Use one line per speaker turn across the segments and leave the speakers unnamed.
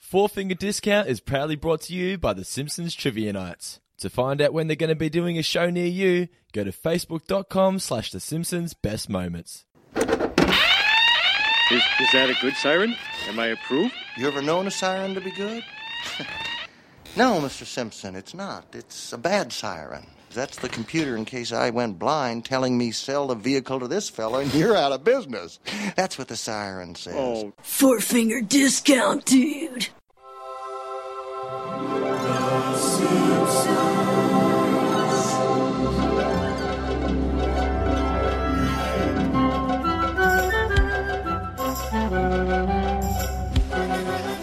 Four Finger Discount is proudly brought to you by the Simpsons Trivia Nights. To find out when they're going to be doing a show near you, go to facebook.com slash the Simpsons Best Moments.
Is, is that a good siren? Am I approved?
You ever known a siren to be good? no, Mr. Simpson, it's not. It's a bad siren. That's the computer in case I went blind telling me sell the vehicle to this fella and you're out of business. That's what the siren says.
Oh,
Four finger discount, dude.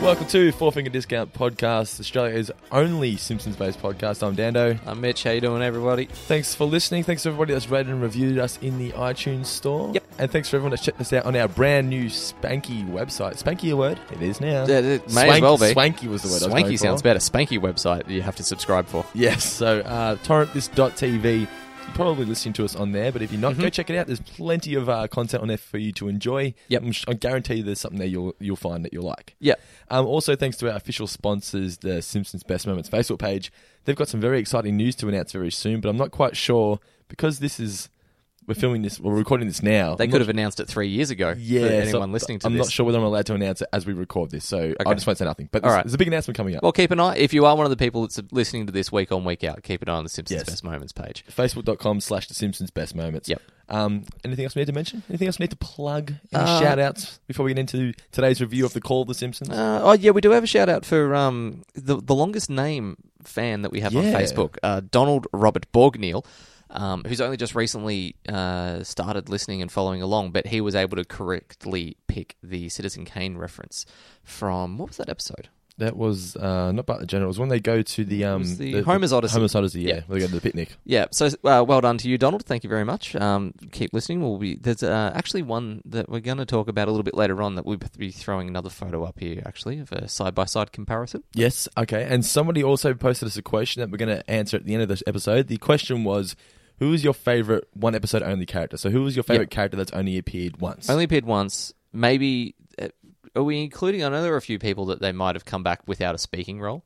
Welcome to Four Finger Discount Podcast, Australia's only Simpsons based podcast. I'm Dando.
I'm Mitch. How you doing, everybody?
Thanks for listening. Thanks to everybody that's rated and reviewed us in the iTunes store.
Yep.
And thanks for everyone that's checked us out on our brand new spanky website. Spanky a word? It is now.
Yeah, it may as well be.
Swanky was the word. I was going
Swanky sounds
for.
better. Spanky website that you have to subscribe for.
Yes. So uh, torrentthis.tv. You're probably listening to us on there, but if you're not,
Mm-hmm.
go check it out. There's plenty of uh, content on there for you to enjoy.
Yep.
I'm sh- I guarantee you there's something there you'll you'll find that you'll like.
Yeah.
Um, also, thanks to our official sponsors, the Simpsons Best Moments Facebook page. They've got some very exciting news to announce very soon, but I'm not quite sure because this is we're filming this, we're recording this now.
They
I'm
could
not-
have announced it three years ago.
yeah,
for
so
anyone listening to
I'm
this.
not sure whether I'm allowed to announce it as we record this, so I
Okay.
just won't say nothing. But this,
All right.
there's a big announcement coming up.
Well, keep an eye. If you are one of the people that's listening to this week on week out, keep an eye on the Simpsons
Yes.
Best Moments page.
Facebook.com slash The Simpsons Best Moments.
Yep.
Um, anything else we need to mention? Anything else we need to plug? Any
Uh,
shout outs before we get into today's review of The Call of the Simpsons?
Uh, oh yeah, we do have a shout out for um, the the longest name fan that we have on
Yeah.
Facebook, uh, Donald Robert Borgneil, um, who's only just recently uh, started listening and following along, but he was able to correctly pick the Citizen Kane reference from what was that episode?
that was uh, not about the general. It was when they go to the. Um,
was the Homer's Odyssey.
Homer's Odyssey, yeah.
Yeah.
Where they go to the picnic.
Yeah, so uh, well done to you, Donald. Thank you very much. Um, keep listening. We'll be there's uh, actually one that we're going to talk about a little bit later on that we'll be throwing another photo up here actually of a side by side comparison.
Yes, okay. And somebody also posted us a question that we're going to answer at the end of this episode. The question was Who is your favourite one episode only character? So, who is your favourite character that's only appeared once?
Only appeared once. Maybe uh, are we including? I know there are a few people that they might have come back without a speaking role.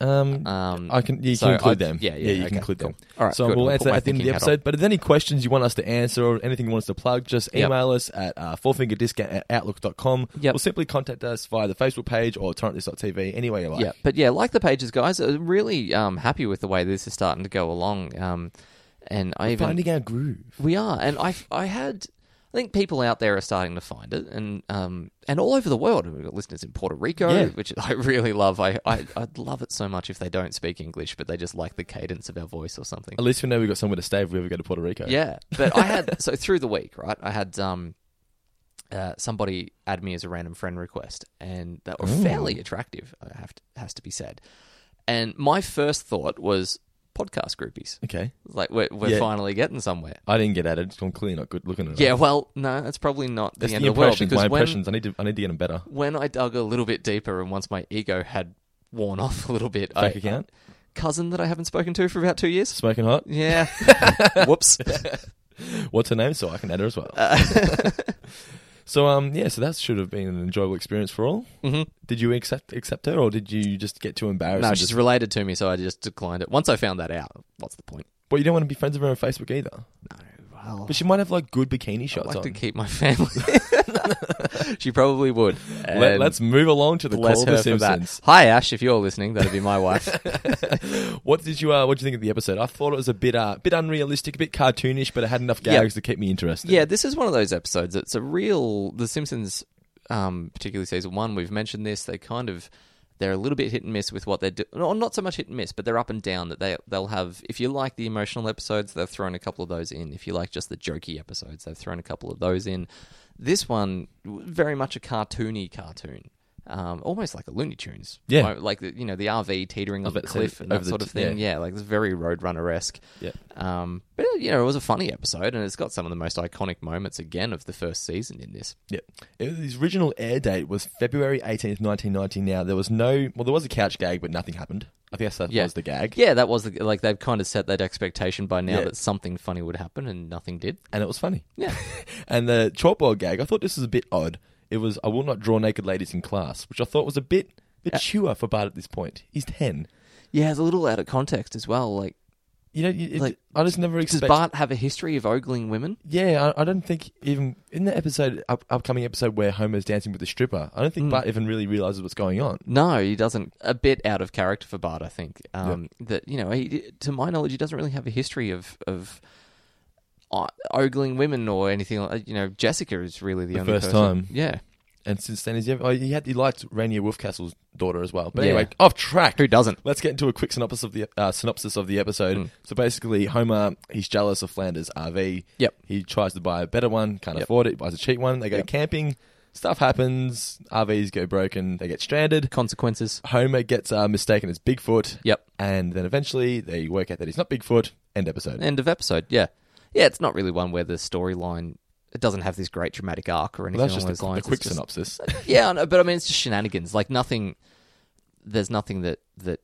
um,
Um,
I can. You
so
can include
I-
them.
Yeah, yeah,
you
okay,
can include them.
cool. All right,
so
good.
we'll
I'll
answer
put
that
my
at the end of the
thinking hat on.
episode. But if there's any questions you want us to answer or anything you want us to plug, just
Yep.
email us at uh, fourfingerdiscount at outlook.com.
Yep.
Or simply contact us via the Facebook page or torrentlist.tv, any way you like.
Yeah, but yeah, like the pages, guys. uh, Really um, happy with the way this is starting to go along. Um, and I even
Finding our groove.
We are, and I I had I think people out there are starting to find it, and um and all over the world. We've got listeners in Puerto Rico,
Yeah.
which I really love. I, I I'd love it so much if they don't speak English, but they just like the cadence of our voice or something.
At least we know we've got somewhere to stay if we ever go to Puerto Rico.
Yeah, but I had so through the week, right? I had um. Uh, somebody add me as a random friend request, and they were fairly attractive. I have to, has to be said. And my first thought was podcast groupies.
Okay.
Like we're, we're
Yeah.
finally getting somewhere.
I didn't get added. I'm clearly not good looking enough.
Yeah, well, no, that's probably not the
That's
end
the
of the world
impressions.
because
My
when,
impressions. I need to. I need to get them better.
when I dug a little bit deeper and once my ego had worn off a little bit, I,
Fake account.
cousin that I haven't spoken to for about two years.
Smoking hot.
Yeah, whoops.
What's her name? So I can add her as well.
Uh,
so um yeah. So that should have been an enjoyable experience for all. Mm-hmm. Did you accept accept her, or did you just get too embarrassed?
No,
and
she's
just-
related to me, so I just declined it. Once I found that out, what's the point?
Well, you don't want to be friends with her on Facebook either.
No, well,
But she might have like good bikini
I'd
shots
like
on.
to keep my family. she probably would.
Let,
and
us move along to the
bless
call of the
her for that.
Simpsons.
Hi, Ash, if you're listening, that'd be my wife.
What did you uh, what did you think of the episode? I thought it was a bit uh bit unrealistic, a bit cartoonish, but it had enough
Yeah.
gags to keep me interested.
Yeah, this is one of those episodes. It's a real The Simpsons, um, particularly season one. We've mentioned this. They kind of they're a little bit hit and miss with what they do. No, not so much hit and miss, but they're up and down. That they they'll have. If you like the emotional episodes, they've thrown a couple of those in. If you like just the jokey episodes, they've thrown a couple of those in. This one w- very much a cartoony cartoon. Um, almost like a Looney Tunes,
Yeah.
Mo- like the, you know the RV teetering on the
about to say
cliff and
over
that
the
sort
t-
of thing.
yeah.
Yeah, like it's very Roadrunner esque.
Yeah.
Um, but you know, it was a funny episode, and it's got some of the most iconic moments again of the first season in this.
Yeah. It was, his original air date was February 18th, 1990. Now, there was no, well, there was a couch gag, but nothing happened. I guess that
Yeah.
was the gag.
Yeah, that was the, like they've kind of set that expectation by now
Yeah.
that something funny would happen, and nothing did.
And it was funny.
Yeah.
and the chalkboard gag, I thought this was a bit odd. It was, I will not draw naked ladies in class, which I thought was a bit, The chewer for Bart at this point is ten.
Yeah, it's a little out of context as well. Like,
You know, you- it,
Like,
I just never
does
expected.
Bart have a history of ogling women?
yeah, I, I don't think even in the episode up, upcoming episode where Homer's dancing with the stripper, I don't
Mm.
think Bart even really realizes what's going on.
No, he doesn't. A bit out of character for Bart, I think. Um, That you know, he, to my knowledge, he doesn't really have a history of of o- ogling women or anything. Like, you know, Jessica is really the, only
first
person.
time.
Yeah,
And since then, he's ever, oh, he had he liked Rainier Wolfcastle's daughter as well. But
Yeah.
anyway, off track.
who doesn't?
Let's get into a quick synopsis of the uh, synopsis of the
Hmm.
episode. So basically, Homer he's jealous of Flanders' RV.
Yep.
He tries to buy a better one, can't
Yep.
afford it. Buys a cheap one. They go
Yep.
camping. Stuff happens. RVs go broken. They get stranded.
Consequences.
Homer gets uh, mistaken as Bigfoot.
Yep.
And then eventually they work out that he's not Bigfoot. End episode.
End of episode. Yeah, yeah. It's not really one where the storyline it doesn't have this great dramatic arc or anything
Well, that's
along
just
those
a, a
lines.
quick
It's just-
synopsis.
yeah, I know, but I mean, it's just shenanigans. Like nothing. There's nothing that that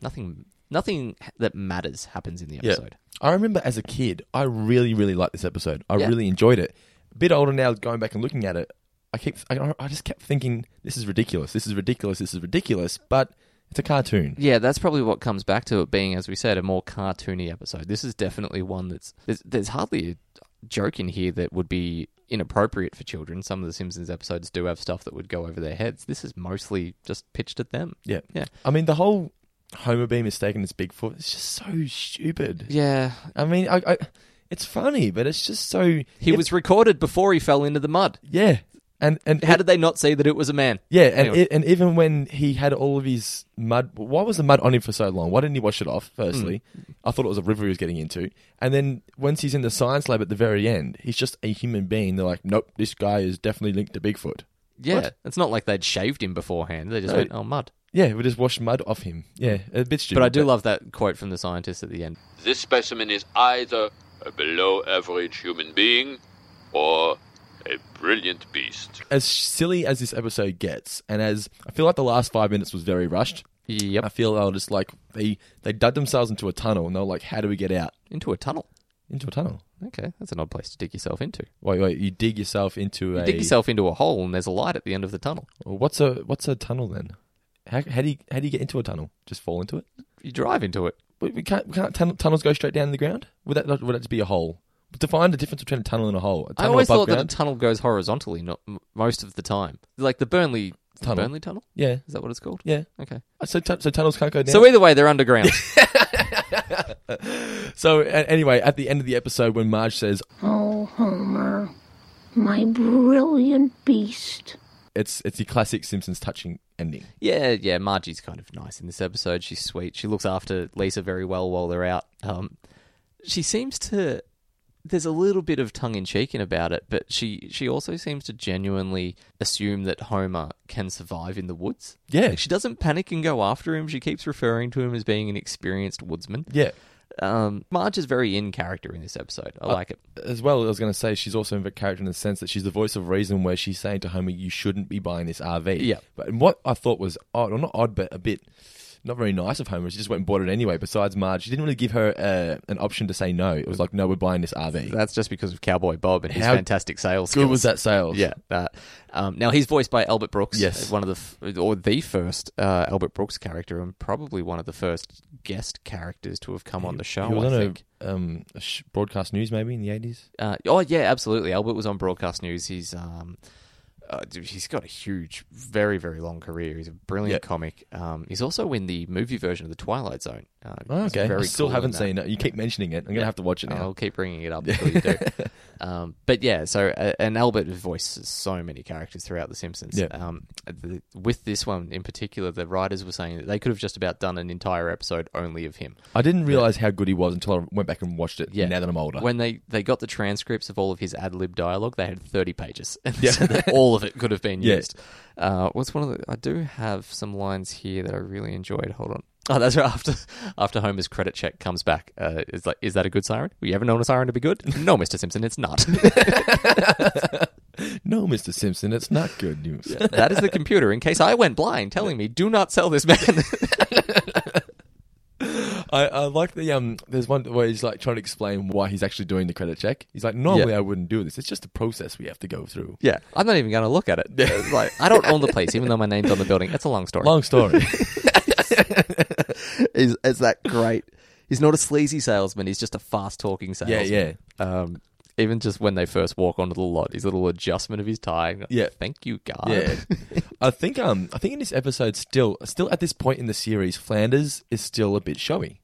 nothing nothing that matters happens in the
Yeah.
episode.
I remember as a kid, I really, really liked this episode. I
Yeah.
really enjoyed it. A bit older now, going back and looking at it, I keep, I, I just kept thinking, this is ridiculous. This is ridiculous. This is ridiculous. But it's a cartoon.
Yeah, that's probably what comes back to it being, as we said, a more cartoony episode. This is definitely one that's there's, there's hardly a joke in here that would be inappropriate for children. Some of the Simpsons episodes do have stuff that would go over their heads. This is mostly just pitched at them.
Yeah.
Yeah.
I mean, the whole Homer being mistaken as Bigfoot is just so stupid.
Yeah,
I mean, I, I, it's funny, but it's just so.
he
it-
was recorded before he fell into the mud.
Yeah. And, and
How did they not see that it was a man?
Yeah, and
Anyway.
e- and even when he had all of his mud, why was the mud on him for so long? Why didn't he wash it off? Firstly,
Hmm.
I thought it was a river he was getting into, and then once he's in the science lab at the very end, he's just a human being. They're like, nope, this guy is definitely linked to Bigfoot.
Yeah,
What?
it's not like they'd shaved him beforehand. They just
No.
went, "Oh, mud."
Yeah, we just washed mud off him. Yeah, a bit stupid.
But I do love that quote from the scientist at the end.
This specimen is either a below average human being or a brilliant beast.
as silly as this episode gets, and as I feel like the last five minutes was very rushed. I
Yep,
feel they were just like they they dug themselves into a tunnel, and they were like, how do we get out
into a tunnel.
into a tunnel?
Okay, that's an odd place to dig yourself into.
Wait, wait, you dig yourself into a
dig yourself into a hole and there's a light at the end of the tunnel.
Well, what's a what's a tunnel then? How, how do you how do you get into a tunnel? Just fall into it?
You drive into it.
We, we can't can't tun- tunnels go straight down in the ground? Would that not- would that just be a hole? Define the difference between a tunnel and a hole. A
I
tunnel
always
above
thought
ground.
that a tunnel goes horizontally, not m- most of the time. Like the Burnley
Tunnel.
Burnley tunnel
yeah,
is that what it's called?
yeah.
Okay.
So tu- so tunnels can't go down.
So either way, they're underground.
so a- anyway, at the end of the episode, when Marge says
Oh, Homer, my brilliant beast.
it's it's the classic Simpsons touching ending.
yeah, yeah. Margie's kind of nice in this episode. She's sweet. She looks after Lisa very well while they're out. Um, she seems to. There's a little bit of tongue in cheek in about it, but she she also seems to genuinely assume that Homer can survive in the woods.
Yeah,
Like, she doesn't panic and go after him. She keeps referring to him as being an experienced woodsman.
yeah.
Um, Marge is very in character in this episode. I like it.
As well, I was going to say she's also in the character in the sense that she's the voice of reason, where she's saying to Homer, "You shouldn't be buying this RV."
Yeah.
But what I thought was odd, or not odd, but a bit not very nice of Homer, she just went and bought it anyway. Besides, Marge, she didn't really give her uh, an option to say no. It was like, "No, we're buying this RV."
That's just because of Cowboy Bob and his
How
fantastic sales skills.
Good was that sales?
Yeah. That. Um, now he's voiced by Albert Brooks. uh,
Yes.
One of the f- or the first uh, Albert Brooks character, and probably one of the first guest characters to have come on the show.
He was
I
on
think.
a, um, a sh- broadcast news maybe in the eighties.
Uh, oh yeah, absolutely. Albert was on broadcast news. He's um, uh, dude, he's got a huge, very very long career. He's a brilliant
Yeah.
comic. Um, he's also in the movie version of the Twilight Zone. Uh, he's
Oh, okay, I
very
still
cool in
haven't
that.
seen it. You keep mentioning it. I'm gonna have to watch it now.
I'll keep bringing it up until you do. um, but yeah, so uh, and Albert voices so many characters throughout The Simpsons.
Yeah.
Um, the, with this one in particular, the writers were saying that they could have just about done an entire episode only of him.
I didn't realize how good he was until I went back and watched it.
Yeah.
Now that I'm older.
When they, they got the transcripts of all of his ad lib dialogue, they had 30 pages. so that all of it could have been
Yeah.
used. Uh, what's one of the. I do have some lines here that I really enjoyed. Hold on. Oh, that's right. After after Homer's credit check comes back, uh, it's like, is that a good siren? We haven't known a siren to be good. no, Mister Simpson, it's not.
no, Mr. Simpson, it's not good news.
that is the computer. In case I went blind, telling me, do not sell this man.
I, I like the um. There's one where he's like trying to explain why he's actually doing the credit check. He's like, normally
Yeah.
I wouldn't do this. It's just a process we have to go through.
Yeah, I'm not even going to look at it. It's like I don't own the place, even though my name's on the building. It's a long story.
Long story.
is is that great? He's not a sleazy salesman. He's just a fast talking
yeah,
salesman.
yeah.
Um, even just when they first walk onto the lot, his little adjustment of his tie.
Yeah.
Thank you, God.
Yeah, I think um, I think in this episode, still, still at this point in the series, Flanders is still a bit showy.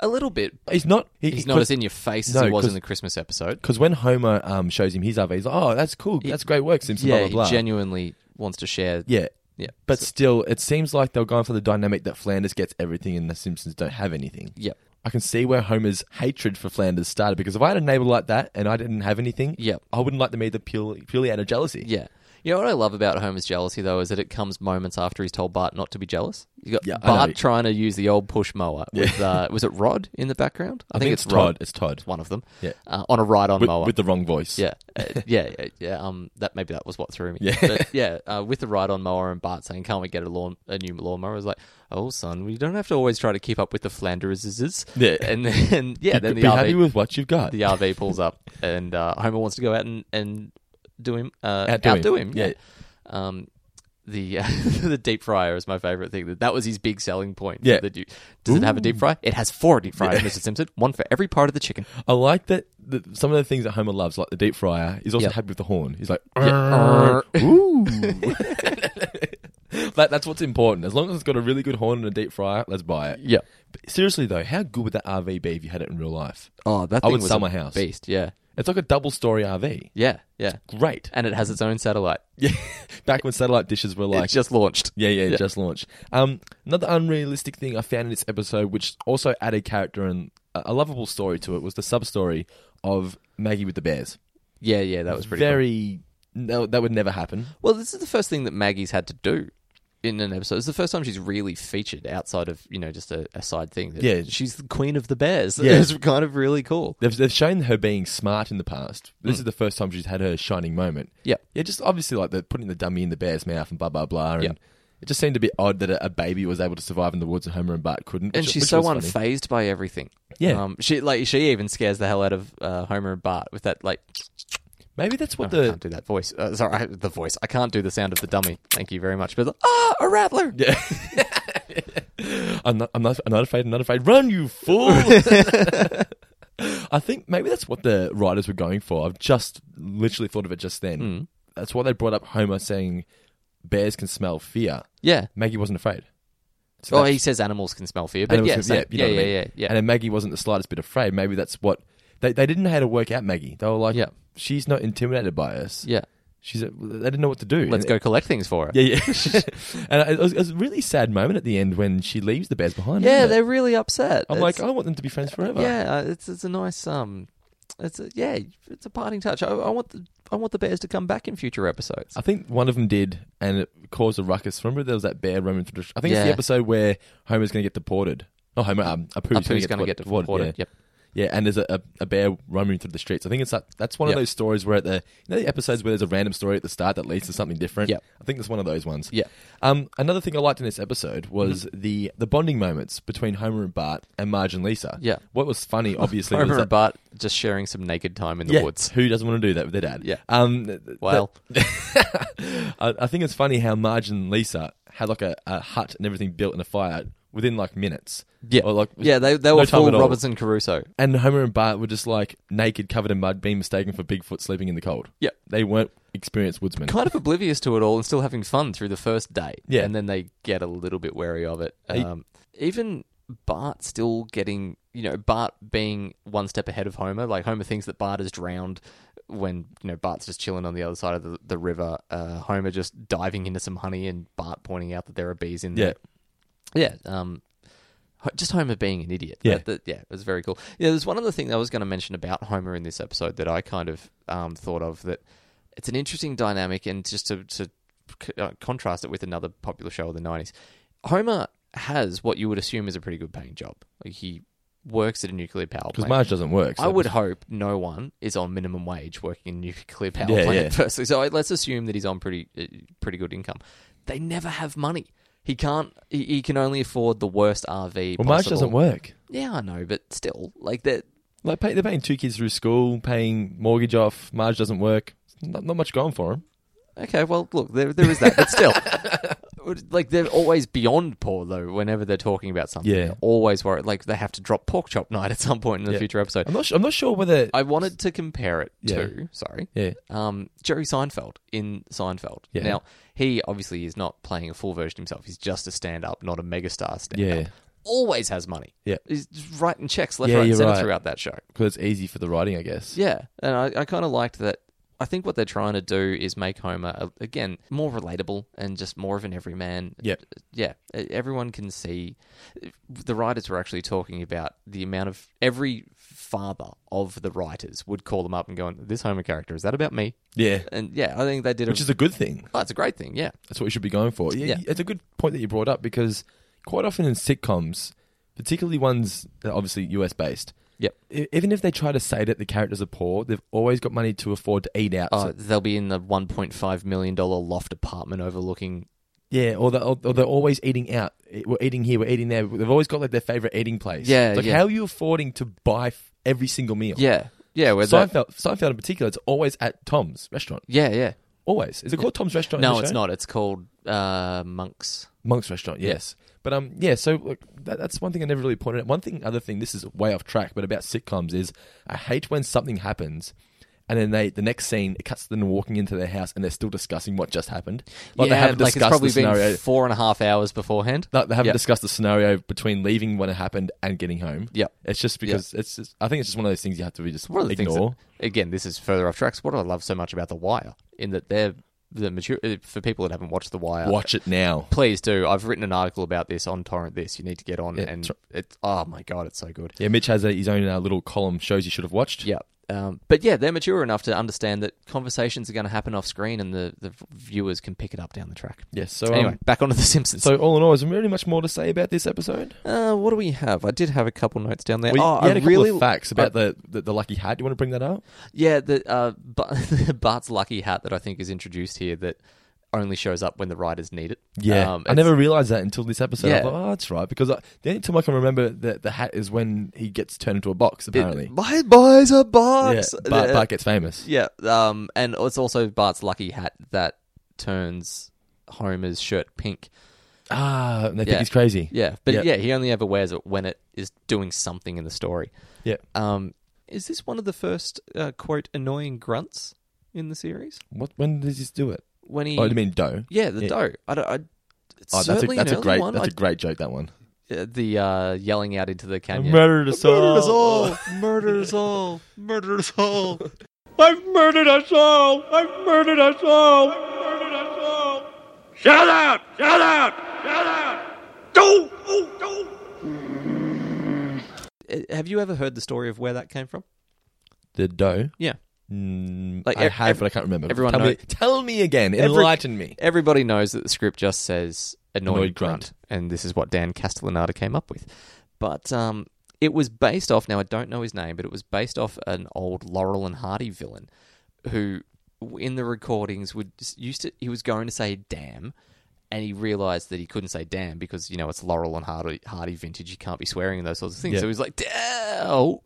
a little bit.
He's not. He,
He's not as in your face as
No,
he was
'cause-
in the Christmas episode.
because when Homer um shows him his other, he's like, "Oh, that's cool. That's great work, Simpson."
Yeah,
blah, blah, blah.
he genuinely wants to share.
yeah,
yeah.
But still, it seems like they're going for the dynamic that Flanders gets everything and the Simpsons don't have anything.
Yep.
I can see where Homer's hatred for Flanders started because if I had a neighbor like that and I didn't have anything,
Yep.
I wouldn't like them either purely, purely out of jealousy.
Yeah. You know what I love about Homer's jealousy though is that it comes moments after he's told Bart not to be jealous. You got
Yeah, I know.
Bart trying to use the old push mower. With, uh, was it Rod in the background? I,
I, think, it's Todd.
Rod.
It's Todd.
one of them.
Yeah.
Uh, on a ride-on
With,
mower.
with the wrong voice.
yeah, Uh, yeah, yeah, yeah. Um, that maybe that was what threw me.
Yeah.
but yeah. Uh, with the ride-on mower and Bart saying, "Can't we get a lawn a new lawnmower?" I was like, "Oh, son, we don't have to always try to keep up with the Flanderses."
Yeah.
and then yeah,
Be,
then the
be
RV
happy with what you've got.
the RV pulls up, and uh, Homer wants to go out and and do him uh,
Outdo
outdo,
him.
him. Yeah. Um, the uh, the deep fryer is my favorite thing. That that was his big selling point.
Yeah.
That you, does it have a deep fry? It has four deep fryers, Mr. Simpson. One for every part of the chicken.
I like that the, some of the things that Homer loves, like the deep fryer, he's also
Yep.
happy with the horn. He's like,
Yeah.
ooh. that, that's what's important. As long as it's got a really good horn and a deep fryer, let's buy it.
Yeah.
Seriously though, how good would that RV be if you had it in real life?
Oh, that
I
thing
would
was
sell
a
my house.
Beast. Yeah.
It's like a double-story RV.
Yeah. Yeah.
Great.
And it has its own satellite.
Yeah. Back when satellite dishes were like
it just launched.
yeah, yeah, just launched. Um, another unrealistic thing I found in this episode, which also added character and a a lovable story to it, was the sub story of Maggie with the bears.
Yeah. Yeah. That was pretty. cool.
Very, no, that would never happen.
Well, this is the first thing that Maggie's had to do in an episode. It's the first time she's really featured outside of you know just a, a side thing.
Yeah.
she's the queen of the bears.
Yeah.
it's kind of really cool.
They've, they've shown her being smart in the past. This is the first time she's had her shining moment.
Hmm. Yeah.
Yeah, just obviously like the putting the dummy in the bear's mouth and blah blah blah. And
Yeah.
it just seemed a bit odd that a, a baby was able to survive in the woods and Homer and Bart couldn't.
And
which-
she's
which
so
was funny.
unfazed by everything.
Yeah.
um, she like she even scares the hell out of uh, Homer and Bart with that like.
Maybe that's what
Oh, I
the
can't do that voice. Uh, sorry, I- the voice. I can't do the sound of the dummy. Thank you very much. But like, ah, a rattler. Yeah,
I'm not, I'm not, I'm not afraid, I'm not afraid. Run, you fool! I think maybe that's what the writers were going for. I've just literally thought of it just then.
Hmm.
That's why they brought up Homer saying bears can smell fear.
yeah.
Maggie wasn't afraid. So
Oh,
that's-
he says animals can smell fear, but
animals
yeah,
can-
same-
you know
yeah,
what
yeah,
I mean.
yeah, yeah.
And if Maggie wasn't the slightest bit afraid. Maybe that's what they they didn't know how to work out Maggie. They were like,
Yeah.
she's not intimidated by us.
yeah.
She's a, they didn't know what to do.
Let's
And-
go collect things for her.
Yeah, yeah. and it was, it was a really sad moment at the end when she leaves the bears behind.
Yeah,
wasn't it?
they're really upset.
I'm like,
It's-
I want them to be friends forever.
Yeah, uh, it's it's a nice um, it's a, yeah, it's a parting touch. I, I want the I want the bears to come back in future episodes.
I think one of them did, and it caused a ruckus. Remember, there was that bear roaming through. The, I think it's the
Yeah.
episode where Homer's going to get deported. Oh, Homer, um, Apu's,
Apu's
going
gonna
to
get deported.
Yeah.
Yep.
Yeah, and there's a, a, a bear roaming through the streets. I think it's that, that's one
Yep.
of those stories where at the you know the episodes where there's a random story at the start that leads to something different.
Yep.
I think it's one of those ones.
Yep. Mm-hmm.
Um, another thing I liked in this episode was the the bonding moments between Homer and Bart and Marge and Lisa.
Yeah.
What was funny, obviously, was
Homer
that
and Bart just sharing some naked time in the
yeah,
woods.
Who doesn't want to do that with their dad?
Yeah.
Um, th- th-
Well.
I, I think it's funny how Marge and Lisa had like a, a hut and everything built and a fire within like minutes. Or, like,
yeah, they they
no
were
time
full
at all.
Robinson Crusoe.
And Homer and Bart were just like naked, covered in mud, being mistaken for Bigfoot sleeping in the cold.
Yeah.
They weren't experienced woodsmen.
Kind of oblivious to it all and still having fun through the first day.
Yeah.
And then they get a little bit wary of it.
He-
Um, even Bart still getting, you know, Bart being one step ahead of Homer. Like, Homer thinks that Bart is drowned when, you know, Bart's just chilling on the other side of the, the river. Uh, Homer just diving into some honey and Bart pointing out that there are bees in
yeah.
there. Yeah. Um, Ho- just Homer being an idiot.
Yeah.
That- that- yeah, it was very cool. Yeah, there's one other thing that I was going to mention about Homer in this episode that I kind of um, thought of that it's an interesting dynamic, and just to, to c- uh, contrast it with another popular show of the 90s, Homer has what you would assume is a pretty good paying job. Like he works at a nuclear power
Because
plant.
Marge doesn't work. so
I would hope no one is on minimum wage working in nuclear power
Yeah,
plant.
yeah.
Firstly, so I- let's assume that he's on pretty uh, pretty good income. They never have money. He can't. He, he can only afford the worst RV.
Well, Marge
possible.
doesn't work.
Yeah, I know, but still, like that.
Like pay, they're paying two kids through school, paying mortgage off. Marge doesn't work. Not, not much going for him.
Okay, well, look, there there is that, but still, like they're always beyond poor though. Whenever they're talking about something,
Yeah.
They're always worried. Like they have to drop pork chop night at some point in the
Yeah.
future episode.
I'm not. su- I'm not sure whether.
I wanted to compare it
Yeah.
to sorry,
yeah.
um, Jerry Seinfeld in Seinfeld.
Yeah.
Now he obviously is not playing a full version himself. He's just a stand-up, not a megastar stand-up.
Yeah.
Always has money.
Yeah.
he's just writing checks left,
Yeah,
right, and
you're
center
right.
throughout that show.
Because it's easy for the writing, I guess.
Yeah, and I, I kind of liked that. I think what they're trying to do is make Homer uh, again more relatable and just more of an everyman.
Yep.
yeah. e- Everyone can see. The writers were actually talking about the amount of every father of the writers would call them up and go, "This Homer character is that about me?"
Yeah.
And yeah, I think they did.
Which
a,
is a good thing.
oh, it's a great thing. Yeah,
That's what you should be going for. Yeah,
Yeah.
It's a good point that you brought up because quite often in sitcoms, particularly ones that are obviously US based,
Yep.
e- even if they try to say that the characters are poor, they've always got money to afford to eat out.
oh,
So-
they'll be in the one point five million dollar loft apartment overlooking.
yeah, or they're, or they're always eating out. E- We're eating here, we're eating there. They've always got like their favorite eating place.
Yeah,
It's like
yeah.
how are you affording to buy f- every single meal?
Yeah, yeah, where that-
Seinfeld, Seinfeld in particular, it's always at Tom's restaurant.
yeah, yeah.
Always. Is it called Tom's restaurant? in
No,
the
it's
show?
not. It's called uh, Monks.
Monk's Restaurant, yes. But um, yeah. So look, that, that's one thing I never really pointed out. One thing, other thing, this is way off track, but about sitcoms is I hate when something happens, and then they the next scene it cuts to them walking into their house and they're still discussing what just happened. Like they haven't
like
discussed
it's probably
the scenario.
been four and a half hours beforehand.
no, they haven't
Yeah.
discussed the scenario between leaving when it happened and getting home.
Yeah.
it's just because it's. Just, I think it's just one of those things you have to be just
One of the
ignore.
things that, again, this is further off tracks. What I love so much about The Wire in that they're the mature uh, for people that haven't watched The Wire.
Watch it now.
Please do. I've written an article about this on Torrent. This you need to get on, and it's oh my god, it's so good.
Yeah, Mitch has a, his own uh, little column shows you should have watched.
Yeah. Um, but yeah, they're mature enough to understand that conversations are going to happen off screen, and the, the viewers can pick it up down the track.
Yes. So
Anyway,
um,
back onto the Simpsons.
so all in all, is there really much more to say about this episode?
uh, what do we have? I did have a couple notes down there.
Well, you-
oh,
you had
I
a couple
really uh,
of facts about the, the the lucky hat. Do you want to bring that up?
Yeah, the uh, Ba- Bart's lucky hat that I think is introduced here that only shows up when the writers need it. Um,
I
it's-
never realized that until this episode. I
Yeah.
thought, oh, that's right, because I, the only time I can remember that the hat is when he gets turned into a box. Apparently,
My boy's a
yeah,
box.
Bart,
Uh,
Bart gets famous.
yeah. Um, and it's also Bart's lucky hat that turns Homer's shirt pink.
Ah, and they
Yeah.
think he's crazy.
Yeah, but
Yeah.
yeah, he only ever wears it when it is doing something in the story.
Yeah.
Um, is this one of the first uh, quote annoying grunts in the series?
What? When does this do it?
When he,
Oh, you mean dough?
yeah, the
Yeah.
dough. I don't. I, it's
Oh, that's a,
certainly
that's a
an early
great
one.
that's
I
a great joke. That one.
Uh, the uh, yelling out into the canyon.
Murdered us
Murder us all! Murder us all! Murder us all!
I've murdered us all! I've murdered us all! I've murdered us all! Shout out! Shout out! Shout out! Go! Oh, go!
Uh, Have you ever heard the story of where that came from?
The dough.
Yeah.
Mm,
Like,
I
ev-
have,
ev-
but I can't remember.
everyone
tell
know-
me, tell me again.
Every-
Enlighten me.
Everybody knows that the script just says annoyed,
Annoyed
grunt,
grunt.
and this is what Dan Castellanata came up with. But um, it was based off. Now I don't know his name, but it was based off an old Laurel and Hardy villain who, in the recordings, would used to he was going to say "damn." And he realized that he couldn't say "damn" because you know it's Laurel and Hardy, Hardy vintage. You can't be swearing and those sorts of things.
Yeah.
So he was like "damn,"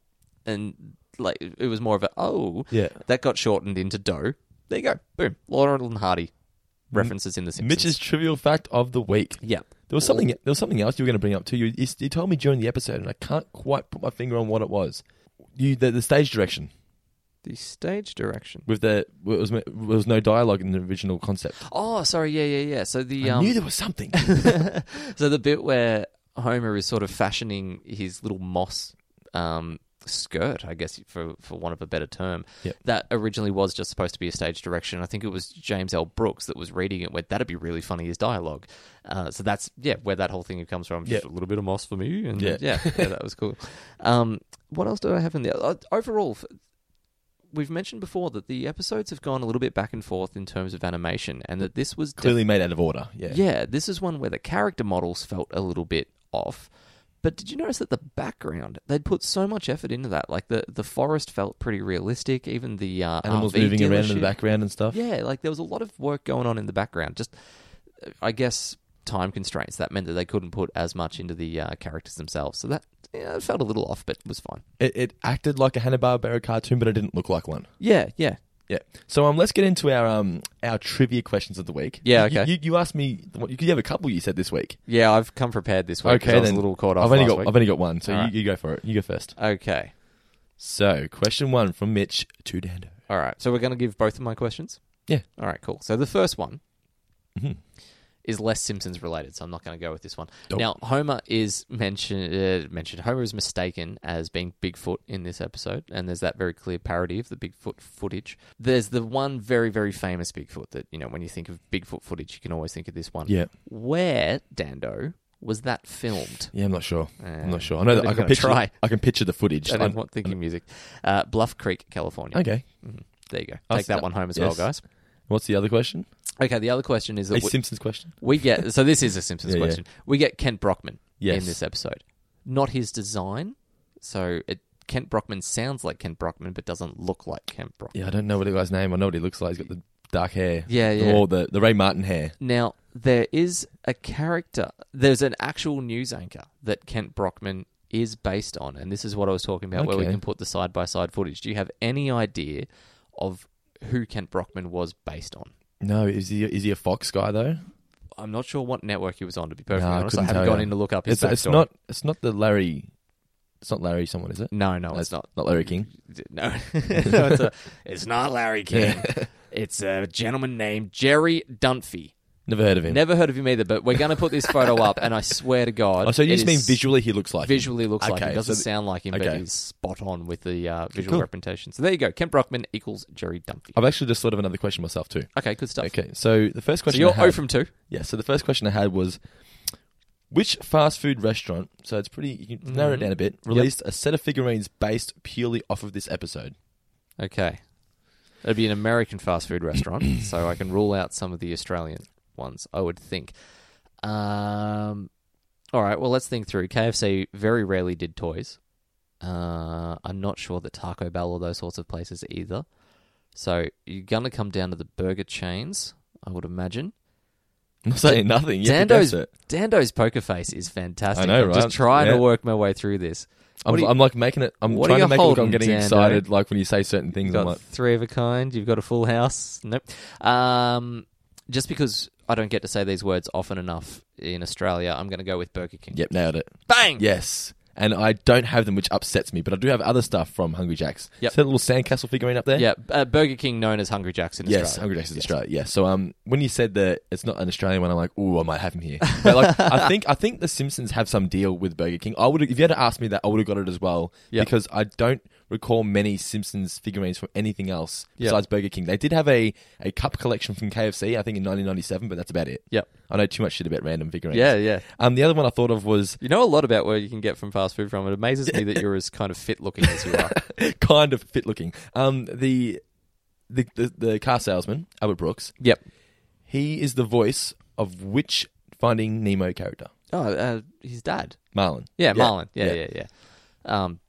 and like it was more of a "oh."
Yeah.
That got shortened into "dough." There you go. Boom. Laurel and Hardy references in the Simpsons.
Mm, Mitch's trivial fact of the week.
Yeah.
There was something. There was something else you were going to bring up too. You, you, you told me during the episode, and I can't quite put my finger on what it was. You the, the stage direction
The stage direction.
with the it was it was no dialogue in the original concept.
Oh, sorry. Yeah, yeah, yeah. So the
I
um,
knew there was something.
so the bit where Homer is sort of fashioning his little moss um, skirt, I guess for for want of a better term,
Yep.
that originally was just supposed to be a stage direction. I think it was James L. Brooks that was reading it. Went, that'd be really funny as dialogue. Uh, so that's yeah, where that whole thing comes from. Just
Yep.
a little bit of moss for me, and
Yeah.
yeah, yeah, that was cool. Um, what else did I have in there? Uh, overall. f- We've mentioned before that the episodes have gone a little bit back and forth in terms of animation, and that this was
Clearly made out of order. Yeah.
yeah, this is one where the character models felt a little bit off. But did you notice that the background they'd put so much effort into that? Like the the forest felt pretty realistic. Even the uh,
Animals
RV
moving around in the
dealership.
background and stuff.
Yeah, like there was a lot of work going on in the background. Just, uh, I guess, time constraints, that meant that they couldn't put as much into the uh, characters themselves. So that yeah, it felt a little off, but was fine.
It, it acted like a Hanna Barbera cartoon, but it didn't look like one.
Yeah, yeah.
Yeah. So um, let's get into our um our trivia questions of the week.
Yeah,
You-
okay.
You, you asked me. What, you have a couple. You said this week.
Yeah, I've come prepared this week. 'cause I was a little caught off
I've only
last
got
week.
I've only got one. So you,
Alright.
you go for it. You go first.
okay.
So question one from Mitch to Dando.
All right. So we're going to give both of my questions.
Yeah. Mm-hmm.
All right, cool. So the first one is less Simpsons related, so I'm not going to go with this one. Now, Homer is mentioned. Uh, mentioned Homer is mistaken as being Bigfoot in this episode, and there's that very clear parody of the Bigfoot footage. There's the one very, very famous Bigfoot that you know when you think of Bigfoot footage, you can always think of this one.
Yeah.
Where Dando was that filmed?
Yeah, I'm not sure. I'm not sure. I
I
know that
didn't
I can
wanna
picture.
try.
I can picture the footage.
I
I'm-
didn't want thinking music. Uh, Bluff Creek, California.
Mm-hmm. okay.
There you go.
I'll
Take that
stop.
one home as
Yes.
well, guys.
What's the other question?
Okay, the other question is
A
that we,
Simpsons question.
we get so this is a Simpsons
Yeah, yeah.
question. We get Kent Brockman
Yes.
in this episode, not his design. So it, Kent Brockman sounds like Kent Brockman, but doesn't look like Kent Brockman.
Yeah, I don't know what the guy's name. I know what he looks like. He's got the dark hair.
Yeah, yeah.
Or the the Ray Martin hair.
Now there is a character. There's an actual news anchor that Kent Brockman is based on, and this is what I was talking about, where we
Okay.
can put the side by side footage. Do you have any idea of who Kent Brockman was based on?
No, is he is he a fox guy though?
I'm not sure what network he was on. To be perfectly
No, I
honest, I,
couldn't
haven't
tell
gone
you.
in to look up his
It's, it's
backstory.
not it's not the Larry. It's not Larry. Someone is it?
No, no,
No,
it's not.
Not Larry King.
No, no it's, a, it's not Larry King. it's a gentleman named Jerry Dunphy.
Never heard of him.
Never heard of him either, but we're going to put this photo up, and I swear to God.
Oh, so you
it
just mean
is-
visually he looks like him.
Visually looks like
Okay,
him. Doesn't
so the-
sound like him, but
okay.
he's spot on with the uh, visual
cool.
representation. So there you go. Kent Brockman equals Jerry Dunphy.
I've actually just thought of another question myself too.
Okay, good stuff.
Okay, so the first
So
question
you're
I had,
0 from 2.
yeah. So the first question I had was, which fast food restaurant? So it's pretty. You can narrow it down a bit. Released a set of figurines based purely off of this episode.
Okay. It'd be an American fast food restaurant, so I can rule out some of the Australian ones, I would think. Um, all right, well, let's think through. KFC very rarely did toys. Uh, I'm not sure that Taco Bell or those sorts of places either. So you're going to come down to the burger chains, I would imagine.
I'm not saying nothing. You have to
Dando's,
guess it.
Dando's poker face is fantastic.
I know,
I'm
right?
just trying to
Yeah.
work my way through this. What
I'm,
do you-
I'm like making it. I'm
what are
trying
you
to make it look. I'm
holding,
getting
Dando?
excited, like when you say certain things.
You've
I'm
got
like,
three of a kind. You've got a full house. Nope. Um, just because I don't get to say these words often enough in Australia, I'm going to go with Burger King.
yep, nailed it.
Bang.
Yes. And I don't have them, which upsets me, but I do have other stuff from Hungry Jack's.
Yep.
See that little sandcastle figurine up there?
Yeah. Uh, Burger King, known as Hungry Jacks in
Yes,
Australia.
Hungry Jack's is Australia. Yeah. So um, when you said that it's not an Australian one, I'm like, ooh, I might have him here. But like, I think I think the Simpsons have some deal with Burger King. I would if you had asked me that, I would have got it as well
Yep.
because I don't recall many Simpsons figurines from anything else
Yep.
besides Burger King. They did have a, a cup collection from KFC, I think in 1997, but that's about it.
Yep.
I know too much shit about random figurines.
Yeah, yeah.
Um, the other one I thought of was
You know a lot about where you can get from fast food from. It amazes me that you're as kind of fit looking as you are.
kind of fit looking. Um, the, the the the car salesman Albert Brooks.
yep.
He is the voice of which Finding Nemo character?
Oh, uh, his dad.
Marlon.
Yeah, Marlon. Yeah, yeah, yeah. Um,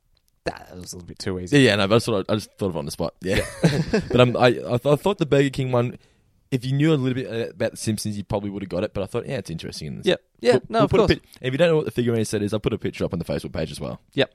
that was a little bit too easy.
Yeah, yeah, no, but I, sort of, I just thought of it on the spot. Yeah, but um, I, I, th- I thought the Burger King one. If you knew a little bit uh, about the Simpsons, you probably would have got it. But I thought, yeah, it's interesting. And it's-
Yep. Yeah, no, of
put a
course.
pic- if you don't know what the figurine set is, I'll put a picture up on the Facebook page as well.
Yep.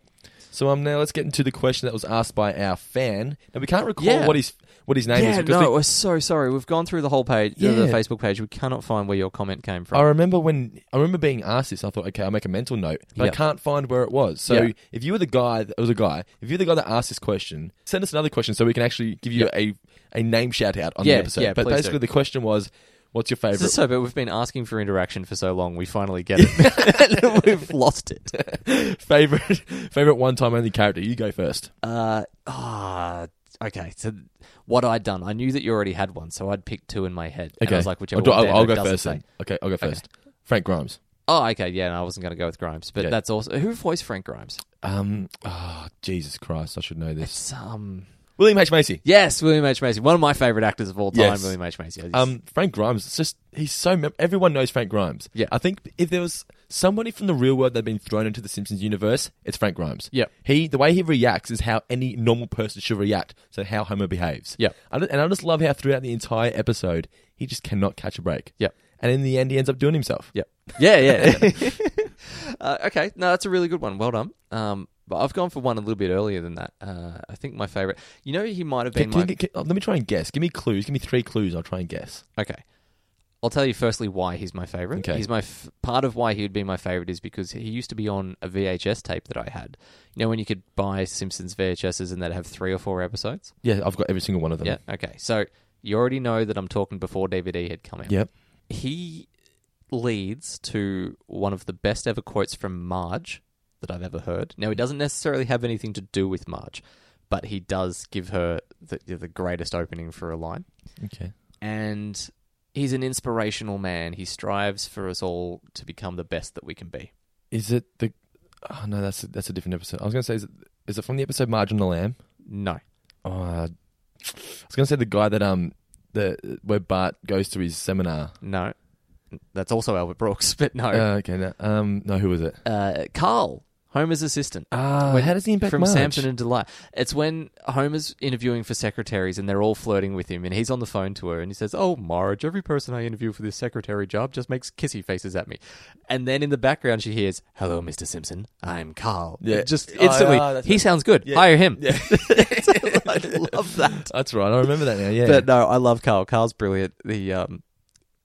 So um, now let's get into the question that was asked by our fan. Now we can't recall
Yeah.
what his what his name is
Yeah,
because
no,
the-
we're so sorry. We've gone through the whole page, the- the
Yeah.
Facebook page. We cannot find where your comment came from.
I remember when I remember being asked this. I thought, okay, I'll make a mental note, but
Yeah.
I can't find where it was. So
Yeah.
if you were the guy, that it was a guy. If you're the guy that asked this question, send us another question so we can actually give you a a name shout out on
Yeah,
the episode.
yeah,
but
please
basically,
do.
the question was, "What's your favorite?"
This is so bad. We've been asking for interaction for so long. We finally get it. We've lost it.
favorite favorite one time only character? You go first.
Uh, ah, okay. So what I'd done, I knew that you already had one, so I'd picked two in my head. And
Okay,
I was like, whichever
I'll, do-
one
I'll-
Dando
I'll go
doesn't
first.
say.
Then. Okay, I'll go first. Frank Grimes.
Oh, okay. Yeah, no, I wasn't going to go with Grimes, but
Yeah.
that's also who voiced Frank Grimes.
Um, oh, Jesus Christ, I should know this.
It's, um,
William H Macy.
yes, William H Macy, one of my favorite actors of all time.
Yes.
William H Macy. I just-
Um, Frank Grimes. It's just he's so mem- everyone knows Frank Grimes.
Yeah.
I think if there was somebody from the real world that'd been thrown into the Simpsons universe, it's Frank Grimes.
Yeah.
he the way he reacts is how any normal person should react. So how Homer behaves.
Yeah.
I don't- and I just love how throughout the entire episode he just cannot catch a break.
Yeah.
and in the end, he ends up doing himself.
Yep. Yeah, yeah. uh, okay, no, that's a really good one. Well done. Um, but I've gone for one a little bit earlier than that. Uh, I think my favorite. You know, he might have been
Can- can-
my.
can- oh, let me try and guess. Give me clues. Give me three clues. I'll try and guess.
Okay. I'll tell you firstly why he's my favorite.
Okay.
He's my f- part of why he would be my favorite is because he used to be on a VHS tape that I had. You know when you could buy Simpsons VHSs and they'd have three or four episodes.
Yeah, I've got every single one of them.
Yeah. Okay. So you already know that I'm talking before DVD had come out.
Yep.
He leads to one of the best ever quotes from Marge that I've ever heard. Now he doesn't necessarily have anything to do with Marge, but he does give her the, the greatest opening for a line
Okay.
and he's an inspirational man. He strives for us all to become the best that we can be.
Is it the? Oh no, that's a, that's a different episode. I was gonna say, is it, is it from the episode Margin the Lamb?
No.
Oh, uh, I was gonna say the guy that um the where Bart goes to his seminar.
No. That's also Albert Brooks, but no.
Uh, okay, no, um, no, who was it?
uh, Carl, Homer's assistant.
Ah, how does he impact
Uh, from
Marge?
Samson and Delilah? It's when Homer's interviewing for secretaries and they're all flirting with him, and he's on the phone to her, and he says, "Oh, Marge, every person I interview for this secretary job just makes kissy faces at me," and then in the background she hears, "Hello, Mr. Simpson, I'm Carl."
Yeah.
It just
Oh, yeah,
instantly,
that's
he
right.
sounds good.
Yeah.
Hire him.
Yeah.
I love that.
That's right. I remember that now. Yeah.
But no, I love Carl. Carl's brilliant. The um,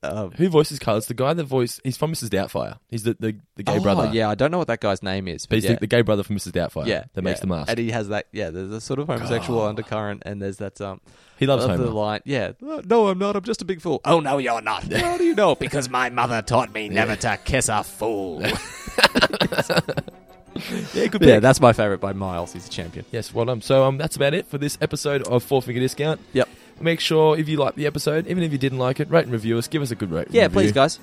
uh,
who voices Carl? It's the guy that voiced. He's from Mrs. Doubtfire. He's the the, the gay
oh,
brother.
Yeah, I don't know what that guy's name is,
But
but
he's
yeah.
the, the gay brother from Mrs. Doubtfire.
yeah,
That makes
yeah.
the mask.
and he has that. Yeah, there's a sort of homosexual undercurrent, and there's that. Um,
He loves
of the
Homer.
line. Yeah, "Oh, no, I'm not. I'm just a big fool. Oh no, you're not. How do you know? Because my mother taught me never to kiss a fool.
Yeah, good
yeah,
pick.
that's my favorite by miles. He's a champion.
Yes, well done. So um, that's about it for this episode of Four Finger Discount.
Yep.
Make sure if you liked the episode, even if you didn't like it, rate and review us. Give us a good rate. and
Yeah,
review.
please, guys.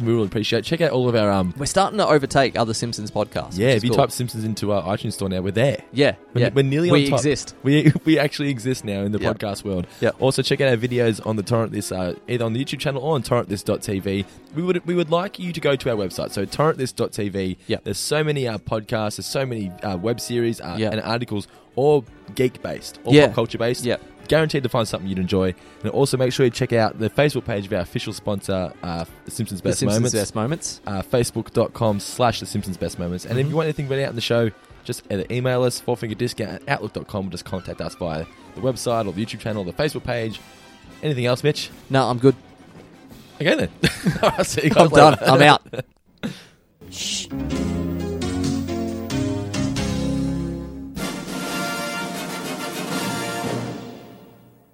We really appreciate. it. Check out all of our um.
We're starting to overtake other Simpsons podcasts.
Yeah, if
which is
you
cool.
type Simpsons into our iTunes store now, we're there.
yeah,
We're,
yeah,
we're nearly
we
on top.
exist.
We we actually exist now in the
Yep.
podcast world.
Yep.
Also check out our videos on the Torrent This uh, either on the YouTube channel or on torrentthis.tv. We would we would like you to go to our website. So torrentthis.tv.
Yep.
There's so many uh, podcasts, there's so many uh, web series uh,
Yep.
and articles all geek based, all
Yeah.
pop culture based.
Yep.
Guaranteed to find something you'd enjoy. And also make sure you check out the Facebook page of our official sponsor, uh, The Simpsons
The
Best
Simpsons
Moments
best moments.
uh, facebook.com slash the simpsons best moments
Mm-hmm.
and if you want anything read out in the show just either email us fourfingerdiscount at outlook.com or just contact us via the website or the youtube channel the facebook page anything else mitch
No, I'm good.
okay then All right, see you guys
I'm done.
later.
I'm out.
Shh.